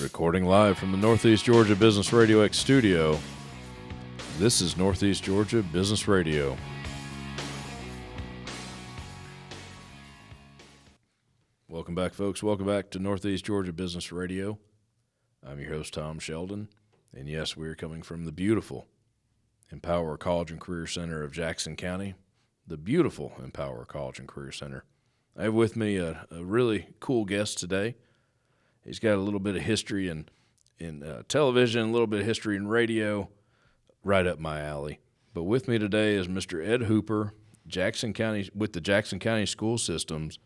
Recording live from the Northeast Georgia Business Radio X studio. This is Northeast Georgia Business Radio. Welcome back, folks. Welcome back to Northeast Georgia Business Radio. I'm your host, Tom Sheldon. And yes, we are coming from the beautiful Empower College and Career Center of Jackson County, the beautiful Empower College and Career Center. I have with me a, a really cool guest today. He's got a little bit of history in in uh, television, a little bit of history in radio, right up my alley. But with me today is Mr. Ed Hooper, Jackson County with the Jackson County School Systems.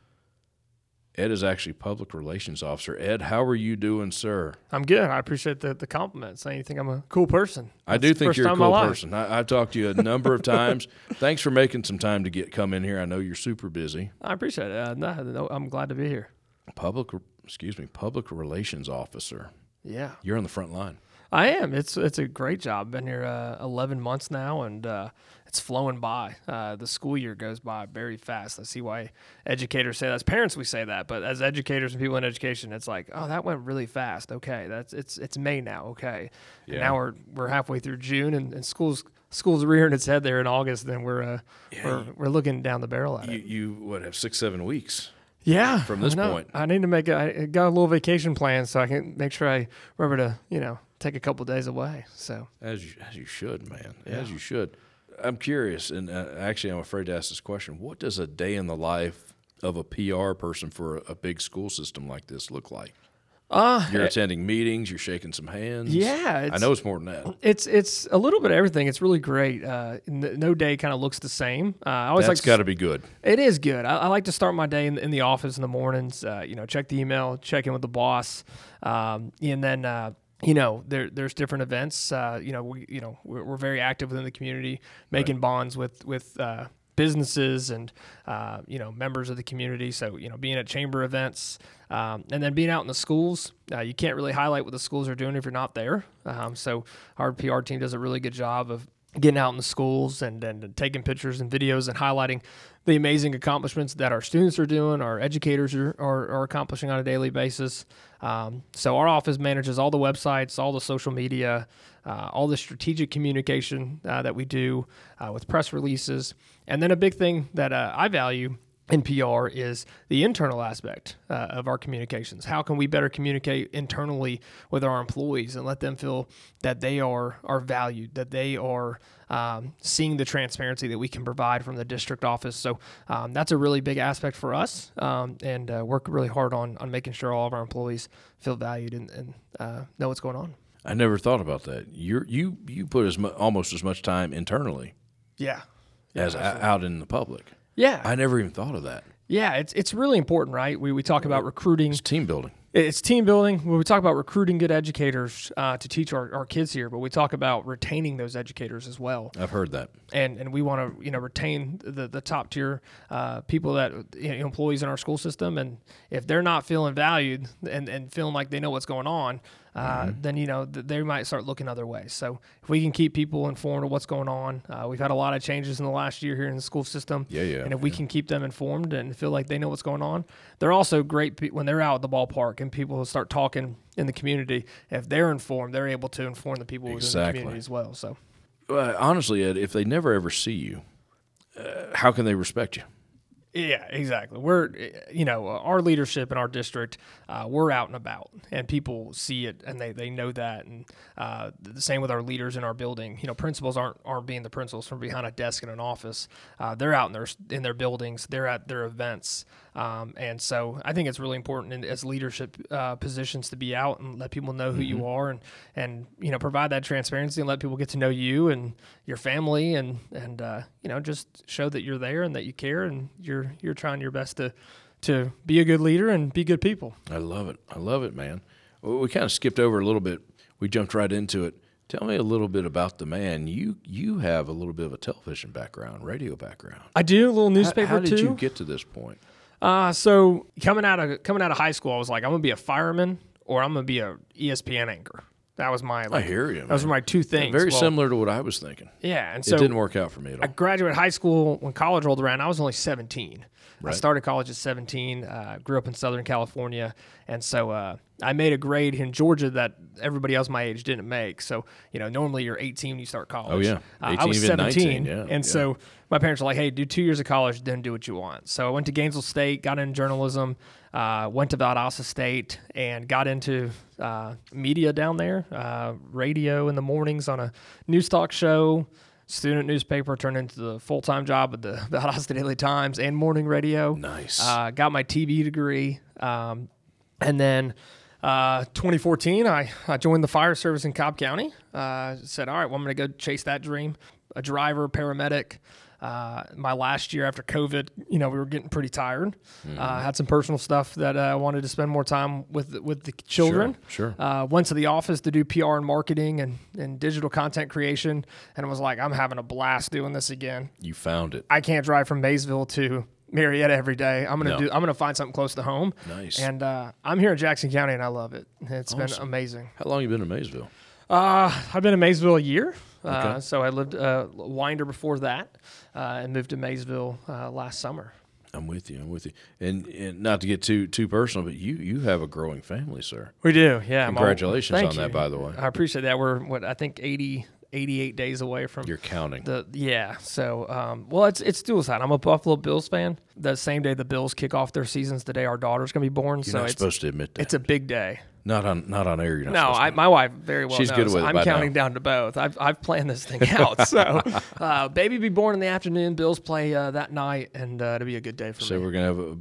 Ed is actually public relations officer. Ed, how are you doing, sir? I'm good. I appreciate the, the compliments. I think I'm a cool person. I do That's the think first you're a time in my cool life. person. I, I've talked to you a number of times. Thanks for making some time to get come in here. I know you're super busy. I appreciate it. Uh, no, no, I'm glad to be here. Public, excuse me, public relations officer. Yeah, You're on the front line. I am. It's it's a great job. Been here uh, 11 months now, and uh, it's flowing by. Uh, the school year goes by very fast. I see why educators say that. As parents, we say that, but as educators and people in education, it's like, oh, that went really fast. Okay, that's it's it's May now. Okay, Yeah. and now we're we're halfway through June, and, and school's school's rearing its head there in August. Then we're uh, we're we're looking down the barrel at it. You, you would have six, seven weeks. Yeah. from I this know. point. I need to make a, I got a little vacation plan so I can make sure I remember to, you know, take a couple days away. So As you, as you should, man. As you should. I'm curious, and uh, actually, I'm afraid to ask this question. What does a day in the life of a PR person for a, a big school system like this look like? uh You're attending meetings. You're shaking some hands. yeah, it's, I know it's more than that. It's it's a little bit of everything. It's really great. Uh, n- no day kind of looks the same. Uh, I always That's like to got to be good. It is good. I, I like to start my day in, in the office in the mornings. Uh, you know, check the email, check in with the boss, um, and then uh, you know there there's different events. Uh, you know, we you know we're, we're very active within the community, making bonds with with. Uh, businesses and uh, you know members of the community so you know being at chamber events um, and then being out in the schools uh, you can't really highlight what the schools are doing if you're not there um, so our pr team does a really good job of getting out in the schools and, and taking pictures and videos and highlighting the amazing accomplishments that our students are doing, our educators are, are, are accomplishing on a daily basis. Um, so our office manages all the websites, all the social media, uh, all the strategic communication uh, that we do uh, with press releases. And then a big thing that uh, I value in PR is the internal aspect uh, of our communications. How can we better communicate internally with our employees and let them feel that they are are valued, that they are um, seeing the transparency that we can provide from the district office. So um, that's a really big aspect for us, um, and uh, work really hard on on making sure all of our employees feel valued and, and uh, know what's going on. I never thought about that. You you you put as mu- almost as much time internally Yeah. as o- out in the public. Yeah, I never even thought of that. yeah, it's it's really important, right? We, we talk about recruiting It's team building. It's team building. When we talk about recruiting good educators uh, to teach our, our kids here, but we talk about retaining those educators as well. I've heard that. And and we want to you know retain the, the top tier uh, people that you know, employees in our school system. And if they're not feeling valued and, and feeling like they know what's going on, uh, Mm-hmm. then you know th- they might start looking other ways. So if we can keep people informed of what's going on, uh, we've had a lot of changes in the last year here in the school system. Yeah, yeah. And if we can keep them informed and feel like they know what's going on, they're also great pe- when they're out at the ballpark and people start talking in the community. If they're informed, they're able to inform the people within the Exactly. community as well. So Uh, honestly, Ed, if they never ever see you, uh, how can they respect you? Yeah, exactly. We're, you know, uh, our leadership in our district, uh, we're out and about, and people see it and they, they know that. And uh, the same with our leaders in our building. You know, principals aren't aren't being the principals from behind a desk in an office. Uh, they're out in their in their buildings. They're at their events, um, and so I think it's really important in, as leadership uh, positions to be out and let people know who you are and and you know provide that transparency and let people get to know you and your family and and uh, you know just show that you're there and that you care and you're you're trying your best to to be a good leader and be good people. I love it. I love it, man. Well, We kind of skipped over a little bit. We jumped right into it. Tell me a little bit about the man. You you have a little bit of a television background, radio background. I do a little How- newspaper how did too. you get to this point? Uh, so coming out of coming out of high school, I was like, I'm gonna be a fireman or I'm gonna be a E ESPN anchor. That was my I like, hear you. those man. were my two things. Very Well, similar to what I was thinking. Yeah, and It so didn't work out for me at all. I graduated high school when college rolled around. I was only 17. I Right. started college at 17. Uh, grew up in Southern California, and so uh, I made a grade in Georgia that everybody else my age didn't make. So, you know, normally you're 18 when you start college. Oh, yeah. Uh, I 18, was even 19, 17. yeah, and yeah. so my parents were like, hey, do two years of college, then do what you want. So I went to Gainesville State, got in journalism, uh, went to Valdosta State, and got into uh, media down there, uh, radio in the mornings on a news talk show. Student newspaper turned into the full time job at the Valdosta Daily Times and morning radio. Nice. Uh, got my TV degree. Um, and then uh, 2014, I, I joined the fire service in Cobb County. Uh, said, all right, well, I'm going to go chase that dream. A driver, paramedic. Uh, my last year after COVID, you know, we were getting pretty tired. Mm-hmm. Uh, had some personal stuff that uh, I wanted to spend more time with with the children. sure. Uh, went to the office to do PR and marketing and, and digital content creation, and was like, I'm having a blast doing this again. you found it. I can't drive from Maysville to Marietta every day. I'm gonna No. do. I'm gonna find something close to home. Nice. And uh, I'm here in Jackson County, and I love it. It's been amazing. How long you been in Maysville? Uh, I've been in Maysville a year. Uh, so I lived uh, Winder before that, uh, and moved to Maysville uh, last summer. I'm with you. I'm with you. And, and not to get too too personal, but you you have a growing family, sir. We do, yeah. I'm all- Congratulations Thank on that, you. by the way. I appreciate that. We're what I think 80, 88 days away from You're counting. The yeah, so um, well, it's it's dual side. I'm a Buffalo Bills fan. The same day the Bills kick off their seasons, the day our daughter's gonna be born. You're so not it's supposed to admit that. it's a big day. not on not on air. You're not No, supposed I, my wife very well She's knows. good with it I'm by counting down to both. I've, I've planned this thing out. So, uh, baby be born in the afternoon. Bills play uh, that night, and uh, it'll be a good day for to. So me. we're gonna have a uh,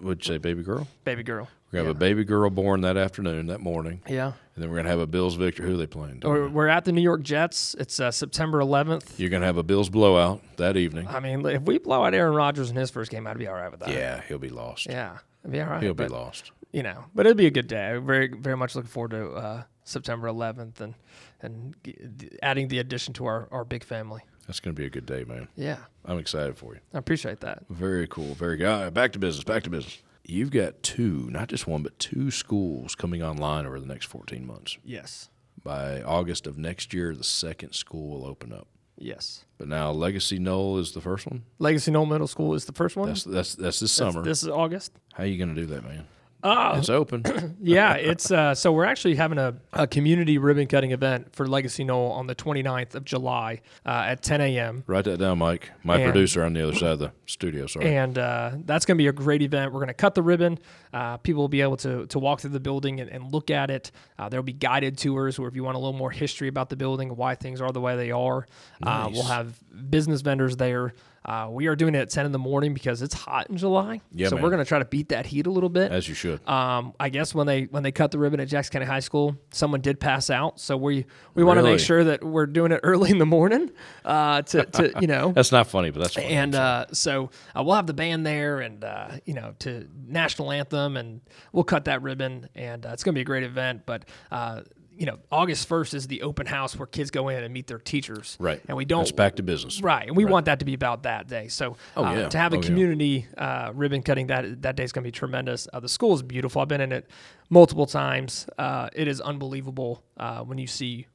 would you say baby girl? Baby girl. We're gonna have a baby girl born that afternoon, that morning, Yeah. and then we're gonna have a Bills victory. Who are they playing? We're, we're at the New York Jets. It's uh, September 11th. You're gonna have a Bills blowout that evening. I mean, if we blow out Aaron Rodgers in his first game, I'd be all right with that. yeah, he'll be lost. Yeah. It'd be all right. He'll be but, lost. You know, but it'd be a good day. I'm Very, very much looking forward to uh, September 11th and and g- adding the addition to our, our big family. That's gonna be a good day, man. Yeah. I'm excited for you. I appreciate that. Very cool. Very good. All right, back to business. Back to business. You've got two, not just one, but two schools coming online over the next 14 months. Yes. By August of next year, the second school will open up. Yes. But now Legacy Knoll is the first one. Legacy Knoll Middle School is the first one. That's that's that's this summer. This is August. How you gonna do that, man? Oh, It's open. yeah. It's uh, so we're actually having a, a community ribbon cutting event for Legacy Knoll on the 29th of July uh, at 10 a.m. Write that down, Mike. My And- producer on the other side of the studio. Sorry. And uh, that's going to be a great event. We're going to cut the ribbon. Uh, people will be able to, to walk through the building and, and look at it. Uh, there'll be guided tours where if you want a little more history about the building, why things are the way they are, uh, we'll have business vendors there. Uh, we are doing it at 10 in the morning because it's hot in July. Yeah, so man. we're going to try to beat that heat a little bit. As you should. Um, I guess when they when they cut the ribbon at Jackson County High School, someone did pass out. So we we want to Really? make sure that we're doing it early in the morning, uh, to, to you know. That's not funny, but that's funny. And uh, so uh, we'll have the band there, and uh, you know, to national anthem, and we'll cut that ribbon, and uh, it's gonna be a great event. But uh, you know, August first is the open house where kids go in and meet their teachers. right. And we don't That's back to business. Right, and we want that to be about that day. So uh, yeah. to have a Oh, yeah. community uh, ribbon cutting that that day is going to be tremendous. Uh, the school is beautiful. I've been in it multiple times. Uh, it is unbelievable uh, when you see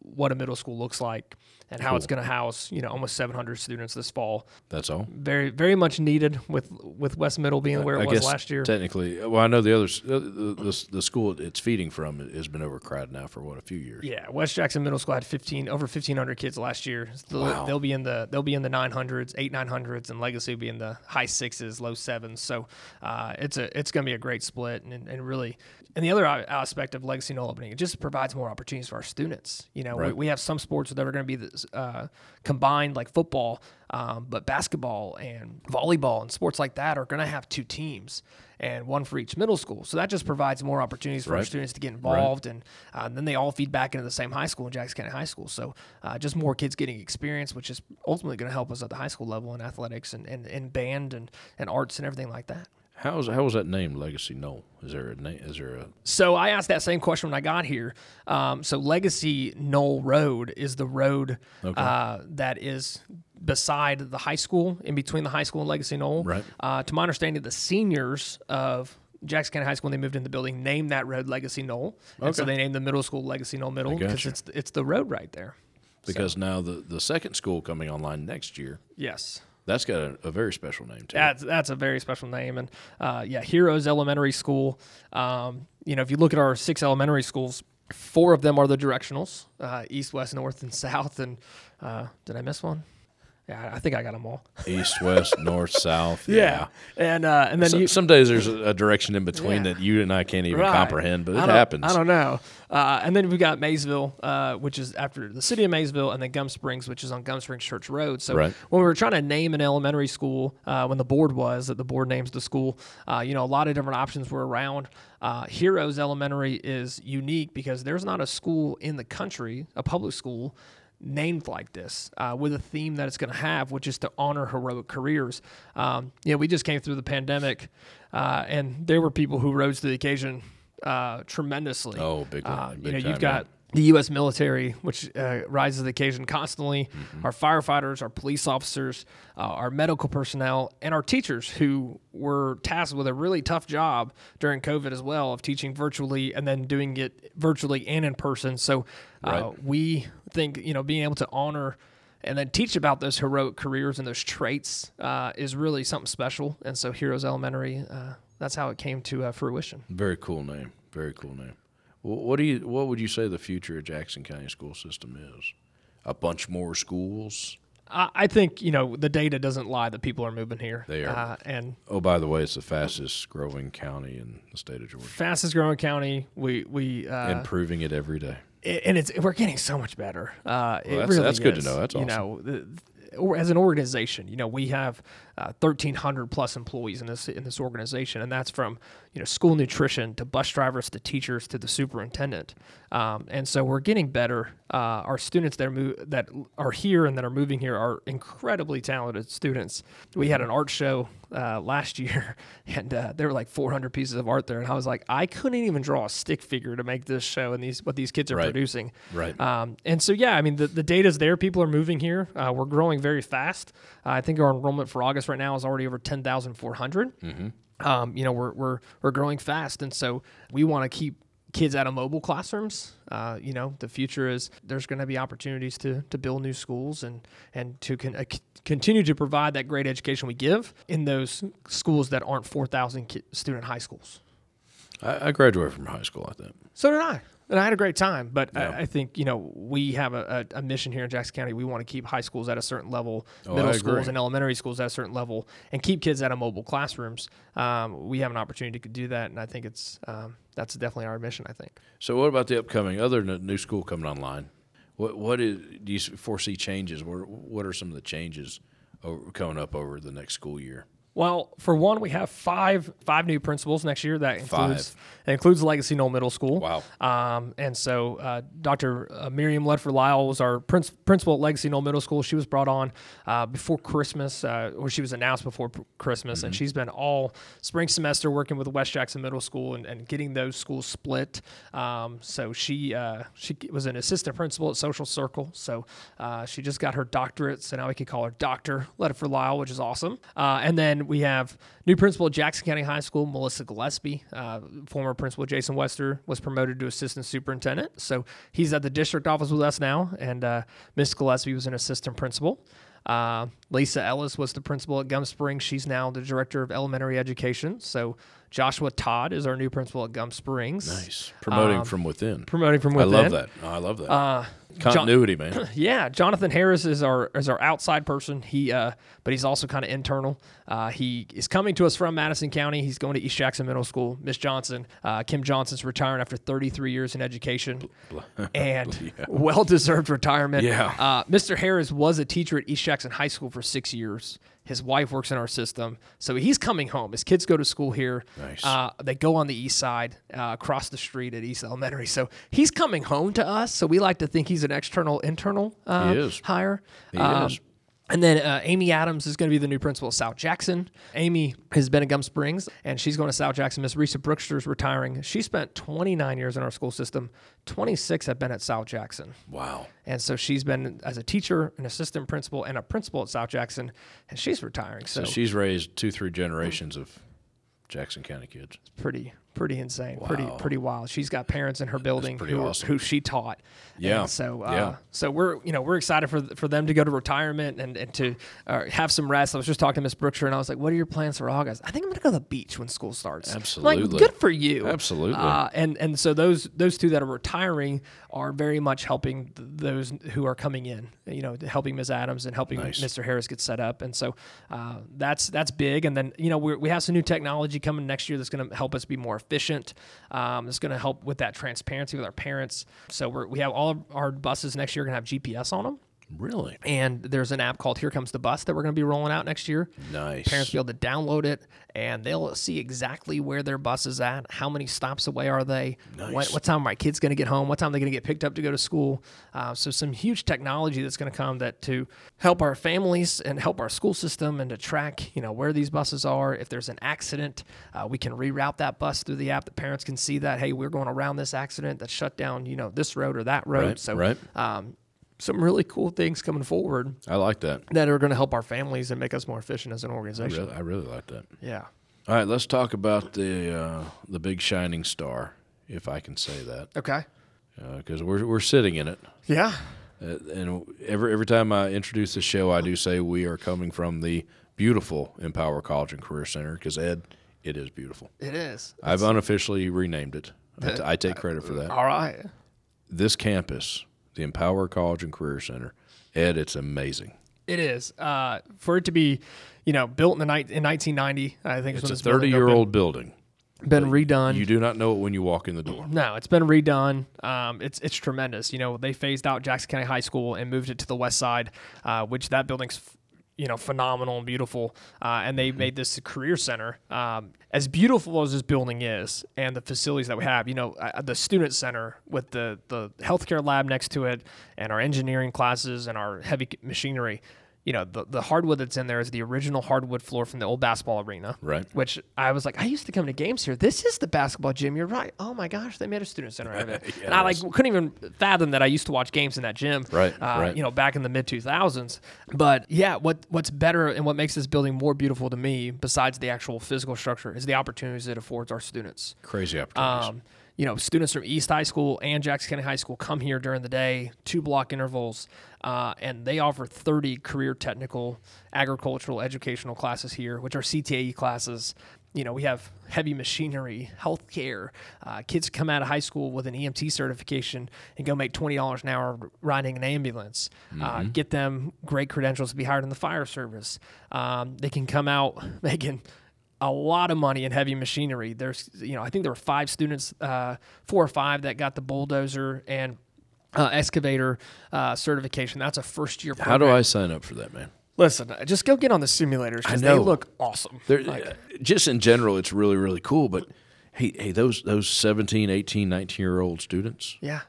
what a middle school looks like and how it's going to house you know almost 700 students this fall. That's all. Very very much needed with with West Middle being where it I was guess last year. technically, well, I know the other s- uh, the, the, the school it's feeding from has been overcrowded now for what a few years. Yeah, West Jackson Middle School had 15 over 1500 kids last year. So they'll, they'll be in the they'll be in the 900s, 8 900s and Legacy will be in the high 6s, low 7s. So, uh, it's a it's going to be a great split and, and really and the other a- aspect of Legacy Null opening, it just provides more opportunities for our students. You know, we, we have some sports that are going to be this, uh, combined like football, um, but basketball and volleyball and sports like that are going to have two teams and one for each middle school. So that just provides more opportunities for our students to get involved, and uh, then they all feed back into the same high school in Jackson County High School. So uh, just more kids getting experience, which is ultimately going to help us at the high school level in athletics and, and, and band and, and arts and everything like that. How's how was that named Legacy Knoll? Is there a name? Is there a So I asked that same question when I got here. Um, so Legacy Knoll Road is the road uh, that is beside the high school, in between the high school and Legacy Knoll. Right. Uh, to my understanding, the seniors of Jackson County High School, when they moved in the building, named that road Legacy Knoll, and so they named the middle school Legacy Knoll Middle because gotcha. it's it's the road right there. because now the the second school coming online next year Yes. That's got a, a very special name too. That's that's a very special name, and uh, yeah, Heroes Elementary School. Um, you know, if you look at our six elementary schools, four of them are the directionals: uh, east, west, north, and south. And uh, did I miss one? Yeah, I think I got them all. East, west, north, south. Yeah. and uh, and then So- you, some days there's a a direction in between Yeah. that you and I can't even Right. comprehend, but it I don't- happens. I don't know. Uh, and then we've got Maysville, uh, which is after the city of Maysville, and then Gum Springs, which is on Gum Springs Church Road. So Right. when we were trying to name an elementary school, uh, when the board was that the board names the school, uh, you know, a lot of different options were around. Uh, Heroes Elementary is unique because there's not a school in the country, a public school. Named like this, uh, with a theme that it's going to have, which is to honor heroic careers. Um, you know, we just came through the pandemic, uh, and there were people who rose to the occasion uh, tremendously. Oh, big time, Uh, big you know, time, you've yeah. got the U.S. military, which uh, rises to the occasion constantly, our firefighters, our police officers, uh, our medical personnel, and our teachers who were tasked with a really tough job during COVID as well of teaching virtually and then doing it virtually and in person. So uh, we think, you know, being able to honor and then teach about those heroic careers and those traits uh, is really something special. And so Heroes Elementary, uh, that's how it came to uh, fruition. Very cool name. Very cool name. Wh- What do you? What would you say the future of Jackson County school system is? A bunch more schools. I I think you know the data doesn't lie that people are moving here. They are. uh, and Oh, by the way, it's the fastest growing county in the state of Georgia. fastest growing county. We we uh, Improving it every day. a- and it's we're getting so much better. Uh, it that's- really that's good to is. know. That's you know, the- the- or as an organization, you know, we have uh, 1,300 plus employees in this in this organization, and that's from you know school nutrition to bus drivers to teachers to the superintendent. Um, and so we're getting better. Uh, our students that are mo- that are here and that are moving here are incredibly talented students. We had an art show uh, last year, and uh, there were like 400 pieces of art there, and I was like, I couldn't even draw a stick figure to make this show and these what these kids are Right. producing. Right. Um, and so, yeah, I mean, the, the data's there. People are moving here. Uh, we're growing very fast. Uh, I think our enrollment for August right now is already over 10,400. Um, you know, we're, we're, we're growing fast. And so we want to keep kids out of mobile classrooms. Uh, you know, the future is there's going to be opportunities to, to build new schools and, and to con- uh, c- continue to provide that great education we give in those schools that aren't 4,000 ki- student high schools. I, I graduated from high school like that. So did I. And I had a great time. But Yeah. I, I think, you know, we have a, a, a mission here in Jackson County. We want to keep high schools at a certain level, Oh, I middle agree. schools and elementary schools at a certain level, and keep kids out of mobile classrooms. Um, we have an opportunity to do that. And I think it's um, that's definitely our mission, I think. So, what about the upcoming other than the new school coming online? What what is, do you foresee changes? What what are some of the changes over, coming up over the next school year? Well, for one, we have five five new principals next year. That includes It includes Legacy Knoll Middle School. Wow. Um, and so uh, Dr. Uh, Miriam Ledford Lyle was our princ- principal at Legacy Knoll Middle School. She was brought on uh, before Christmas, uh, or she was announced before pr- Christmas, and she's been all spring semester working with West Jackson Middle School and, and getting those schools split. Um, so she uh, she was an assistant principal at Social Circle. So uh, she just got her doctorate, so now we can call her Dr. Ledford Lyle, which is awesome. Uh, and then we have new principal at Jackson County High School, Melissa Gillespie, uh, former principal Jason Wester was promoted to assistant superintendent. So he's at the district office with us now, and uh, Miss Gillespie was an assistant principal. Uh, Lisa Ellis was the principal at Gum Springs. She's now the director of elementary education. So Joshua Todd is our new principal at Gum Springs. Nice promoting from within. Um, Promoting from I within. love that. I love that Uh, John- continuity, man. yeah, Jonathan Harris is our is our outside person. He, uh, but he's also kind of internal. Uh, he is coming to us from Madison County. He's going to East Jackson Middle School. Miss Johnson, uh, Kim Johnson's retiring after 33 years in education, and well deserved retirement. Yeah. Uh, Mr. Harris was a teacher at East Jackson High School for six years. His wife works in our system, so he's coming home. His kids go to school here. Nice. Uh, they go on the east side, uh, across the street at East Elementary. So he's coming home to us. So we like to think he's an external, internal uh, He is. hire. He is. And then uh, Amy Adams is going to be the new principal at South Jackson. Amy has been at Gum Springs, and she's going to South Jackson. Miss Risa Brookster is retiring. She spent 29 years in our school system. 26 have been at South Jackson. Wow. And so she's been as a teacher, an assistant principal, and a principal at South Jackson, and she's retiring. So, She's raised two, three generations of Jackson County kids. pretty pretty insane, pretty Wow. pretty wild. She's got parents in her building pretty who, are- awesome. who she taught. Yeah, And so uh, yeah. so we're you know we're excited for for them to go to retirement and and to uh, have some rest. I was just talking to Miss Brookshire and I was like, "What are your plans for August?" I think I'm gonna go to the beach when school starts. I'm Absolutely. Like, good for you. Absolutely. Uh, and and so those those two that are retiring are very much helping th- those who are coming in. You know, helping Ms. Adams and helping Mr. Harris get set up. And so uh, that's that's big. And then you know we we have some new technology coming next year that's going to help us be more efficient. Um, it's going to help with that transparency with our parents. So we're, we have all of our buses next year going to have GPS on them. Really And there's an app called Here Comes the Bus that we're going to be rolling out next year nice. parents be able to download it and they'll see exactly where their bus is at how many stops away are they what, what time are my kids going to get home what time they're going to get picked up to go to school uh, so some huge technology that's going to come that to help our families and help our school system and to track you know where these buses are if there's an accident uh, we can reroute that bus through the app the parents can see that hey we're going around this accident that shut down you know this road or that road Right, so right. um, some really cool things coming forward I like that. that are going to help our families and make us more efficient as an organization. Really, I really like that. Yeah. All right, let's talk about the uh, the big shining star, if I can say that, Okay. because we're we're sitting in it. Yeah. Uh, and every every time I introduce the show, I do say we are coming from the beautiful Empower College and Career Center because Ed, it is beautiful. It is. I've unofficially renamed it. I t- I take credit for that. All right. This campus, the Empower College and Career Center, Ed, it's amazing. It is. Uh, for it to be, you know, built in the night in 1990, I think It's a is when this 30 building year old building. opened. been redone. You do not know it when you walk in the door. no, it's been redone. Um, it's it's tremendous. You know, they phased out Jackson County High School and moved it to the west side, uh, which that building's f- you know phenomenal and beautiful. Uh, and they made this a career center. Um, as beautiful as this building is, and the facilities that we have, you know, uh, the student center with the the healthcare lab next to it, and our engineering classes and our heavy c- machinery. You know, the, the hardwood that's in there is the original hardwood floor from the old basketball arena Right. which I was like, I used to come to games here. This is the basketball gym. You're right. Oh my gosh, they made a student center out of it, and I like couldn't even fathom that I used to watch games in that gym. Right, uh, right. You know, back in the mid 2000s. But yeah, what what's better and what makes this building more beautiful to me, besides the actual physical structure, is the opportunities it affords our students. Crazy opportunities. Um, you know, students from East High School and Jackson County High School come here during the day, two block intervals, uh, and they offer 30 career technical agricultural educational classes here, which are CTAE E classes. You know, we have heavy machinery, healthcare. Uh, kids come out of high school with an EMT certification and go make $20 an hour riding an ambulance. Uh, get them great credentials to be hired in the fire service. Um, they can come out making a lot of money in heavy machinery. There's, you know, I think there were five students, uh, four or five that got the bulldozer and uh, excavator uh, certification. That's a first year. Program. How do I sign up for that, man? listen? uh, Just go get on the simulators because they know. look awesome. There, just in general, it's really, really cool. But hey, hey, those those 17, 18, 19 year old students, Yeah,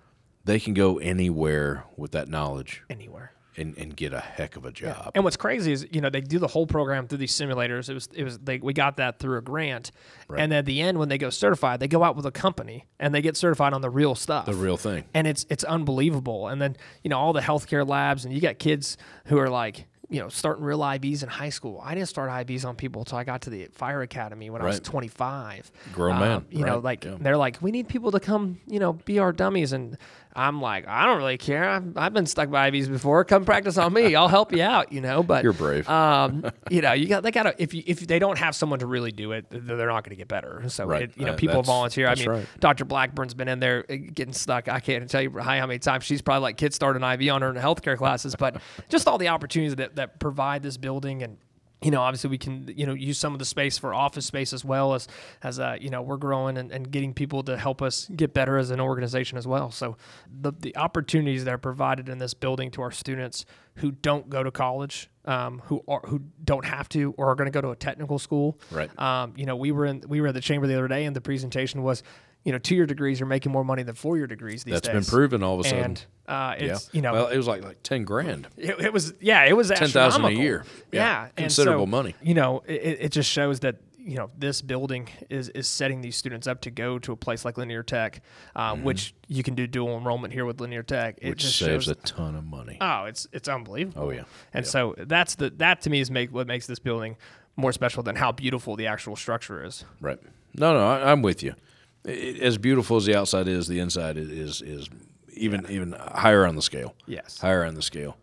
they can go anywhere with that knowledge anywhere. and, and get a heck of a job. And what's crazy is, you know, they do the whole program through these simulators. It was, it was, they, we got that through a grant, and at the end when they go certified, they go out with a company and they get certified on the real stuff. The real thing. and it's it's unbelievable. And then you know all the healthcare labs, and you got kids who are like you know starting real IVs in high school. I didn't start IVs on people until I got to the fire academy when I was Right. 25. Grown man, you know, right, like yeah. they're like, we need people to come, you know, be our dummies, and I'm like, I don't really care. I've, I've been stuck by IVs before. Come practice on me. I'll help you out. You know, but You're brave. Um, you know, you got they got to if you, if they don't have someone to really do it, th- they're not going to get better. So Right. it, you know, Uh, people that's- volunteer. I that's mean, right. Dr. Blackburn's been in there uh, getting stuck. I can't tell you hi, how many times she's probably like kids start an IV on her in healthcare classes, but just all the opportunities that, that provide this building and you know, obviously, we can you know use some of the space for office space as well as as uh, you know we're growing and, and getting people to help us get better as an organization as well. So the the opportunities that are provided in this building to our students who don't go to college, um, who are who don't have to or are going to go to a technical school, Right. um, you know, we were in we were at the chamber the other day, and the presentation was, you know, two year degrees are making more money than four year degrees these That's days. been proven all of a sudden. And uh, yeah. it's you know, well, it was like like ten grand. it, it was yeah, it was ten 10,000 a year. Yeah. Yeah, And Considerable so, money. You know, it, it it just shows that you know this building is is setting these students up to go to a place like Linear Tech, uh, which you can do dual enrollment here with Linear Tech. It Mm-hmm. Which just saves shows. a ton of money. Oh, it's it's unbelievable. Oh, yeah. And so that's the that to me is make what makes this building more special than how beautiful the actual structure is. Right. No, no, I, I'm with you. it, as beautiful as the outside is, the inside is is, is even even higher on the scale. Yes. Higher on the scale.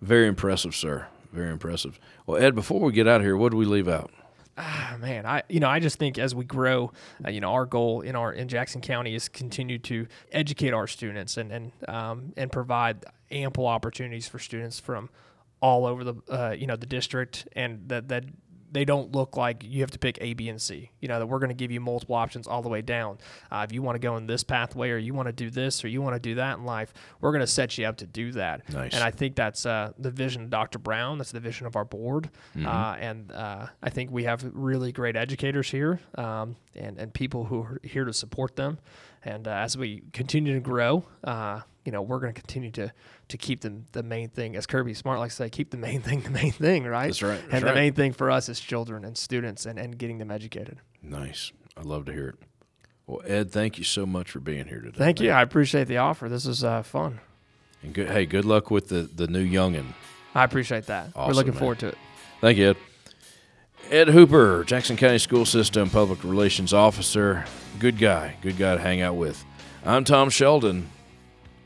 Very impressive, sir. Very impressive. Well, Ed, before we get out of here, what do we leave out? Ah, man, I you know I just think as we grow, uh, you know our goal in our in Jackson County is continue to educate our students and and um, and provide ample opportunities for students from all over the uh, you know the district and that that they don't look like you have to pick A, B, and C. You know that we're going to give you multiple options all the way down. Uh, if you want to go in this pathway, or you want to do this, or you want to do that in life, we're going to set you up to do that. Nice. And I think that's uh, the vision of Dr. Brown. That's the vision of our board. Mm-hmm. Uh, and uh, I think we have really great educators here, um, and and people who are here to support them. And uh, as we continue to grow, uh, you know, we're going to continue to to keep the the main thing, as Kirby Smart likes to say, keep the main thing the main thing, right? That's right, And that's the right. main thing for us is children and students and, and getting them educated. Nice. I'd love to hear it. Well, Ed, thank you so much for being here today. Thank man. you. I appreciate the offer. This was uh, fun. And good, hey, good luck with the the new youngin. I appreciate that. We're Awesome, looking man. forward to it. Thank you, Ed. Ed Hooper, Jackson County School System Public Relations Officer. Good guy. Good guy to hang out with. I'm Tom Sheldon.